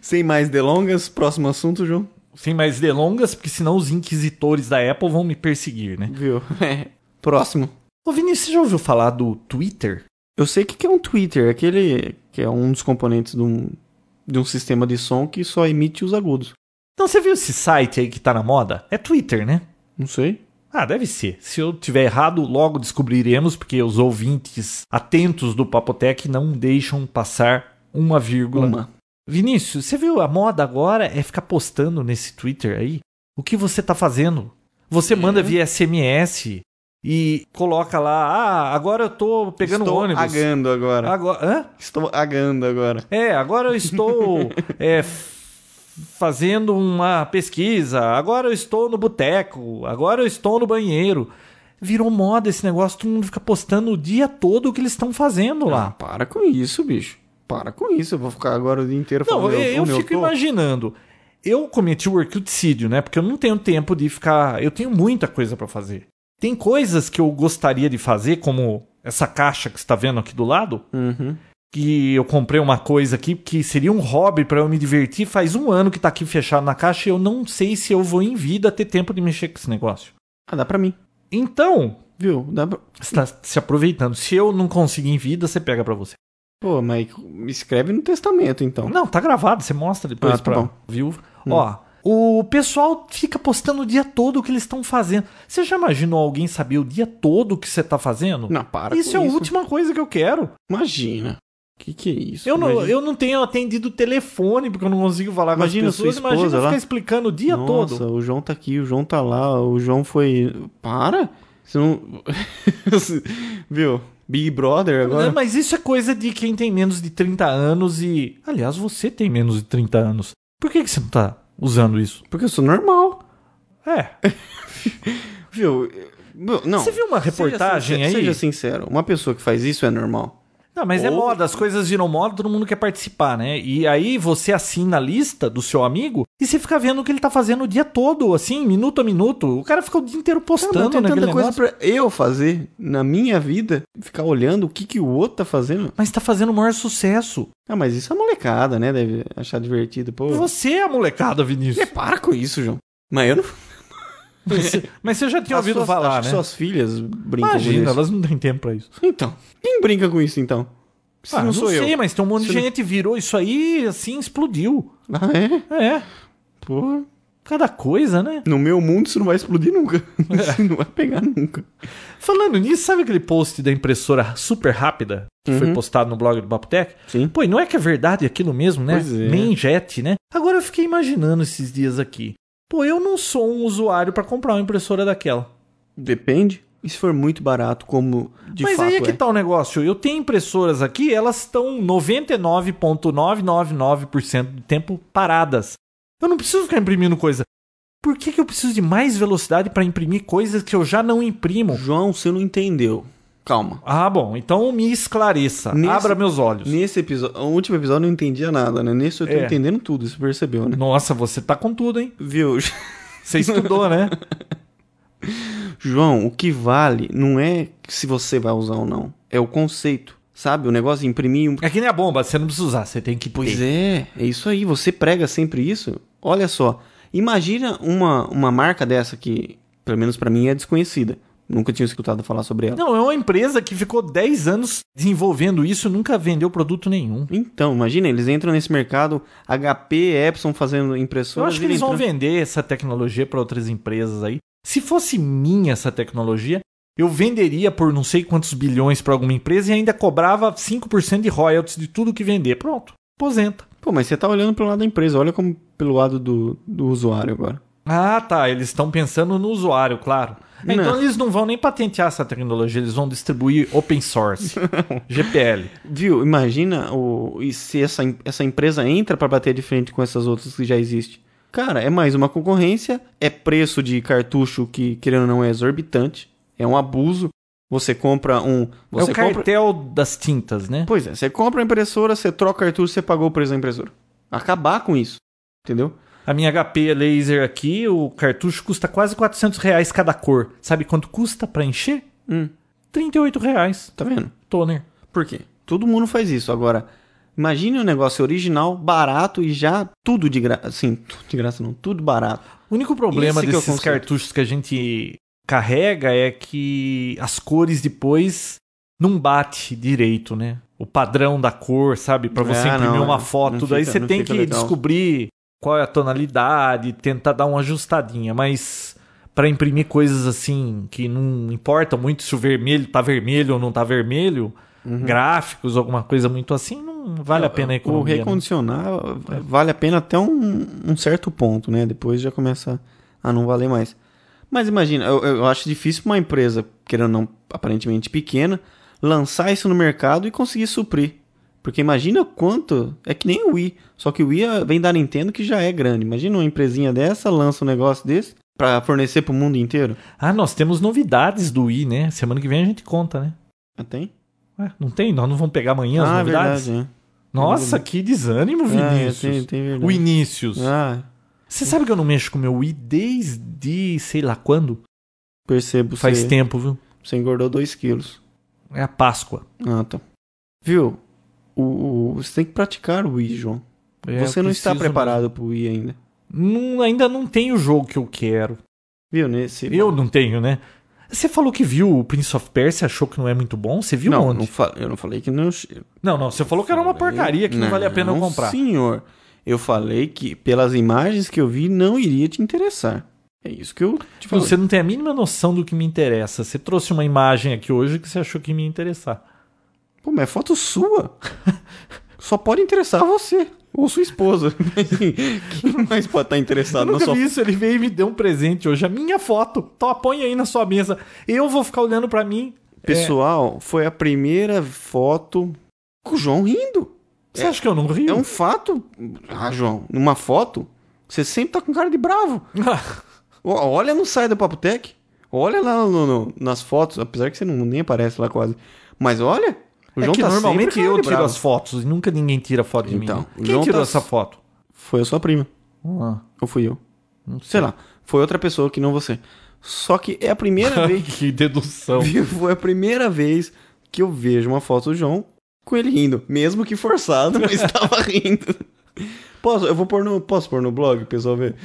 Sem mais delongas, próximo assunto, João. Sem mais delongas, porque senão os inquisitores da Apple vão me perseguir, né? Viu? É. próximo. Ô Vinícius, você já ouviu falar do Twitter? Eu sei o que que é um Twitter, aquele que é um dos componentes de um de um sistema de som que só emite os agudos. Então você viu esse site aí que tá na moda? É Twitter, né? Não sei. Ah, deve ser. Se eu tiver errado, logo descobriremos, porque os ouvintes atentos do Papotec não deixam passar uma vírgula. Uma. Vinícius, você viu a moda agora é ficar postando nesse Twitter aí o que você tá fazendo? Você manda via SMS e coloca lá, ah, agora eu tô pegando Estou ônibus. Ah. agando agora. Agora, hã? Estou agando agora. É, agora eu estou é, f- fazendo uma pesquisa, agora eu estou no boteco, agora eu estou no banheiro. Virou moda esse negócio, todo mundo fica postando o dia todo o que eles estão fazendo Ah, lá. para com isso, bicho. Para com isso. Eu vou ficar agora o dia inteiro Não, falando. eu, eu onde fico tô. imaginando. Eu cometi o workuticídio, né? Porque eu não tenho tempo de ficar. Eu tenho muita coisa pra fazer. Tem coisas que eu gostaria de fazer, como essa caixa que você está vendo aqui do lado, Uhum. que eu comprei uma coisa aqui que seria um hobby pra eu me divertir. Faz um ano que tá aqui fechado na caixa e eu não sei se eu vou em vida ter tempo de mexer com esse negócio. Ah, dá pra mim. Então, Viu? Dá pra... você tá se aproveitando. Se eu não conseguir em vida, você pega pra você. Pô, mas escreve no testamento, então. Não, tá gravado, você mostra depois Ah, tá pra bom. Hum. viúva. Ó, o pessoal fica postando o dia todo o que eles estão fazendo. Você já imaginou alguém saber o dia todo o que você tá fazendo? Não, Hum, para Isso é com a isso. última coisa que eu quero. Imagina. Que que é isso? Eu não, Imagina- eu não tenho atendido o telefone porque eu não consigo falar Imagina com as pessoas. sua esposa Imagina eu lá. ficar explicando o dia Nossa, todo. o João tá aqui, o João tá lá, o João foi... Para! Você não... Viu? Big Brother Né, agora? Mas isso é coisa de quem tem menos de 30 anos e. Aliás, você tem menos de 30 anos. Por que, que você não tá usando isso? Porque eu sou normal. É. Viu? Eu- Não. Você viu uma Seja reportagem sincero- aí? Seja sincero, uma pessoa que faz isso é normal. Não, mas é Ou- moda, as coisas viram moda, todo mundo quer participar, né? E aí você assina a lista do seu amigo e você fica vendo o que ele tá fazendo o dia todo, assim, minuto a minuto. O cara fica o dia inteiro Não, postando tem naquele tá tanta coisa negócio. pra eu fazer na minha vida, ficar olhando o que, que o outro tá fazendo. Mas tá fazendo o maior sucesso. Ah, mas isso é molecada, né? Deve achar divertido. Pô, Você é a molecada, Vinícius. É, para com isso, João. Mas eu não Mas você- Mas você já tinha As ouvido suas- falar, acho né? que suas filhas brincam Imagina, com isso. elas não têm tempo pra isso. Então, quem brinca com isso, então? Se Ah, não sou sei, eu. mas tem um monte de Se não- gente virou isso aí assim, explodiu. Ah, é? É, Pô, cada coisa, né? no meu mundo isso não vai explodir nunca. É. Isso não vai pegar nunca. Falando nisso, sabe aquele post da impressora super rápida que foi Uhum. postado no blog do Papotec? Sim. Pô, e não é que é verdade aquilo mesmo, né? Pois é. Nem jet, né? Agora eu fiquei imaginando esses dias aqui. Pô, eu não sou um usuário pra comprar uma impressora daquela. Depende. E se for muito barato, como de Mas fato aí é que é. tá o negócio. Eu tenho impressoras aqui, elas estão 99,999% do tempo paradas. Eu não preciso ficar imprimindo coisa. Por que, que eu preciso de mais velocidade para imprimir coisas que eu já não imprimo? é. João, você não entendeu. Calma. Ah, bom, então me esclareça. Nesse- Abra meus olhos. Nesse episódio, o último episódio eu não entendia nada, né? Nesse eu tô É. entendendo tudo, você percebeu, né? Nossa, você tá com tudo, hein? Viu? Você estudou, né? João, o que vale não é se você vai usar ou não. É o conceito. Sabe? O negócio de imprimir um É que nem a bomba, você não precisa usar, você tem que Pois ter. é, é isso aí. Você prega sempre isso? Olha só, imagina uma, uma marca dessa que, pelo menos pra mim, é desconhecida. Nunca tinha escutado falar sobre ela. Não, é uma empresa que ficou 10 anos desenvolvendo isso e nunca vendeu produto nenhum. Então, imagina, eles entram nesse mercado, HP, Epson fazendo Eu impressoras. acho que eles vão entrando- vender essa tecnologia para outras empresas aí. Se fosse minha essa tecnologia, eu venderia por não sei quantos bilhões para alguma empresa e ainda cobrava 5% de royalties de tudo que vender. Pronto, aposenta. Pô, mas você tá olhando pelo lado da empresa, olha como pelo lado do, do usuário agora. Ah, tá. Eles estão pensando no usuário, claro. É, Então Não. eles não vão nem patentear essa tecnologia, eles vão distribuir open source, GPL. Viu? Imagina o, e se essa, em- essa empresa entra pra bater de frente com essas outras que já existem. Cara, é mais uma concorrência, é preço de cartucho que, querendo ou não, é exorbitante, é um abuso. Você compra um. É Você o compra, cartel das tintas, né? pois é, você compra uma impressora, você troca cartucho, você pagou o preço da impressora. Acabar com isso. Entendeu? A minha HP laser aqui, o cartucho custa quase 400 reais cada cor. Sabe quanto custa para encher? Hum, 38 reais. tá vendo? Toner. Por quê? Todo mundo faz isso. Agora, imagine um negócio original, barato e já tudo de graça. Assim, tudo de graça não, tudo barato. O único problema Esse que é o desses conceito. cartuchos que a gente carrega é que as cores depois não bate direito, né? o padrão da cor, sabe? Pra você Ah, imprimir não, uma não foto. fica- Daí você não tem fica que legal. descobrir qual é a tonalidade, tentar dar uma ajustadinha, mas pra imprimir coisas assim que não importa muito se o vermelho tá vermelho ou não tá vermelho, gráficos, alguma coisa muito assim, não vale a pena a Uhum. O economia. né? É. recondicionar vale a pena até um, um certo ponto, né? Depois já começa a não valer mais. Mas imagina, eu, eu acho difícil pra uma empresa, querendo ou não, aparentemente pequena, lançar isso no mercado e conseguir suprir. Porque imagina quanto. É que nem o Wii. Só que o Wii eh, vem da Nintendo que já é grande. Imagina uma empresinha dessa lança um negócio desse pra fornecer pro mundo inteiro. Ah, nós temos novidades do i, né? Semana que vem a gente conta, né? Ah, tem? Ué, não tem? Nós não vamos pegar amanhã as ah, novidades? verdade. Nossa, que desânimo, É. Ah, Vinícius. tem, tem verdade. o Inícios. Ah, Você sabe que eu não mexo com meu Wii desde sei lá quando? percebo. Faz você, tempo, viu? Você engordou 2 quilos. É a Páscoa. Ah, tá. Viu? O, o- você tem que praticar o Wii, João. É, você eu não está preciso- preparado pro Wii ainda. Não, ainda não tem o jogo que eu quero. Viu? Nesse. Eu não tenho, né? Você falou que viu o Prince of Persia, achou que não é muito bom. Você viu não, onde? não fa- eu não falei que não. Não, não. Você falou que era uma porcaria, que não, valia a pena eu Não, comprar. Senhor, eu falei que pelas imagens que eu vi não iria te interessar. É isso que eu te falei. Você não tem a mínima noção do que me interessa. Você trouxe uma imagem aqui hoje que você achou que me ia interessar. Pô, mas é foto sua. Só pode interessar você ou sua esposa. Quem mais pode estar Eu interessado na nunca sua vi isso. Ele veio e me deu um presente hoje. A minha foto. Tó, põe aí na sua mesa. Eu vou ficar olhando pra mim. Pessoal, foi a primeira foto com o João rindo. Você acha que eu não rio? É um fato. Ah, João, numa foto, você sempre tá com cara de bravo. Ah, O- Olha no site da Papotec. Olha lá no- no- nas fotos, apesar que você não, nem aparece lá quase. Mas olha, o É João que tá normalmente sempre eu cara de tiro bravo. as fotos e nunca ninguém tira foto de Então, mim. o Quem João tirou tá- essa foto? Foi a sua prima. Ah, Ou fui eu. não Sei lá. Foi outra pessoa que não você. Só que é a primeira vez. que dedução. Viu? Foi a primeira vez que eu vejo uma foto do João com ele rindo. Mesmo que forçado, mas estava rindo. Posso, eu vou pôr no, posso pôr no blog, o pessoal ver?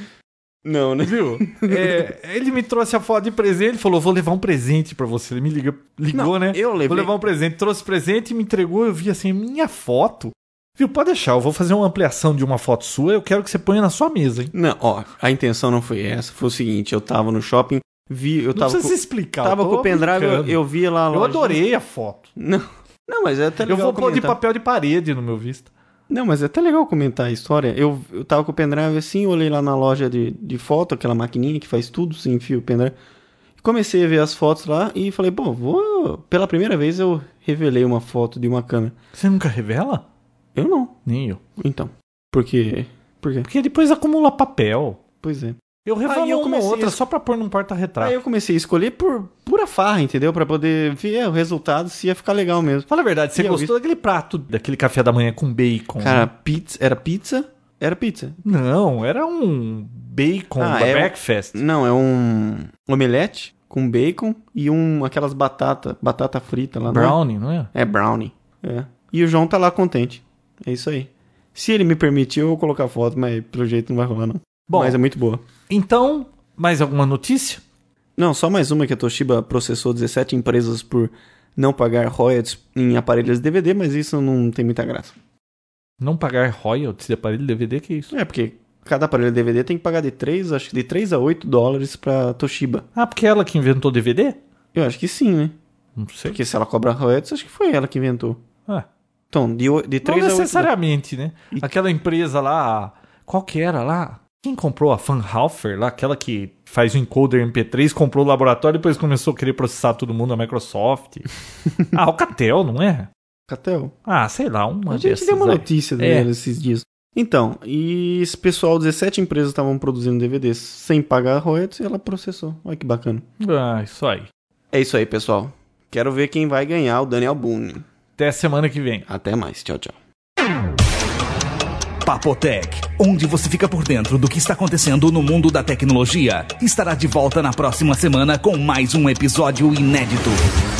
Não, né? Viu? É, ele me trouxe a foto de presente, ele falou: vou levar um presente pra você. Ele me liga, ligou, Não, né? eu levei- Vou levar um presente. Trouxe presente e me entregou. Eu vi assim, minha foto. Viu? Pode deixar, eu vou fazer uma ampliação de uma foto sua. Eu quero que você ponha na sua mesa, hein? Não, ó, a intenção não foi essa. Foi o seguinte, eu tava no shopping, vi, eu Não tava precisa com, se explicar. eu tava tô com o pendrive, eu, brincando. eu vi lá a Eu loja. adorei a foto. Não, não, mas é até Eu legal vou pôr de comentar. papel de parede no meu visto. Não, mas é até legal comentar a história. Eu, eu tava com o pendrive assim, olhei lá na loja de, de foto, aquela maquininha que faz tudo sem fio pendrive. Comecei a ver as fotos lá e falei, pô, vou. Pela primeira vez eu revelei uma foto de uma câmera. Você nunca revela? Eu não. Nem eu. Então. Porque. Por quê? Porque depois acumula papel. Pois é. Eu revelo Aí eu uma comecei outra a- só pra pôr num porta-retrato. Aí eu comecei a escolher por pura farra, entendeu? Pra poder ver é, o resultado se ia ficar legal mesmo. Fala a verdade, você E eu gostou daquele prato, daquele café da manhã com bacon? né? Cara, pizza. Era pizza? Era pizza. Não, era um bacon Ah, da é um- breakfast. Não, é um omelete com bacon e um aquelas batata, batata frita lá. não é? Brownie, não é? É brownie. É. E o João tá lá contente. É isso aí. Se ele me permitir, eu vou colocar foto, mas pelo jeito não vai rolar, não. Bom, Mas é muito boa. então, mais alguma notícia? Não, só mais uma que a Toshiba processou 17 empresas por não pagar royalties em aparelhos DVD, mas isso não tem muita graça. Não pagar royalties de aparelho DVD, que isso? É, porque cada aparelho DVD tem que pagar de 3, acho que de 3 a 8 dólares pra Toshiba. Ah, porque ela que inventou DVD? Eu acho que sim, né? Não sei. Porque se ela cobra royalties, acho que foi ela que inventou. Ah, Então, de, oi- de não 3 a 8 dólares. necessariamente, né? Aquela empresa lá, qual que era lá? Quem comprou a Fanhofer lá, aquela que faz o encoder MP3, comprou o laboratório e depois começou a querer processar todo mundo, a Microsoft. a Alcatel, não é? Catel. Ah, sei lá, uma a gente dessas deu uma aí. notícia É. dele esses dias. Então, e esse pessoal, 17 empresas estavam produzindo DVDs sem pagar royalties e ela processou. Olha que bacana. Ah, isso aí. É isso aí, pessoal. Quero ver quem vai ganhar o Daniel Boone. Até semana que vem. Até mais. Tchau, tchau. Papotec, onde você fica por dentro do que está acontecendo no mundo da tecnologia, estará de volta na próxima semana com mais um episódio inédito.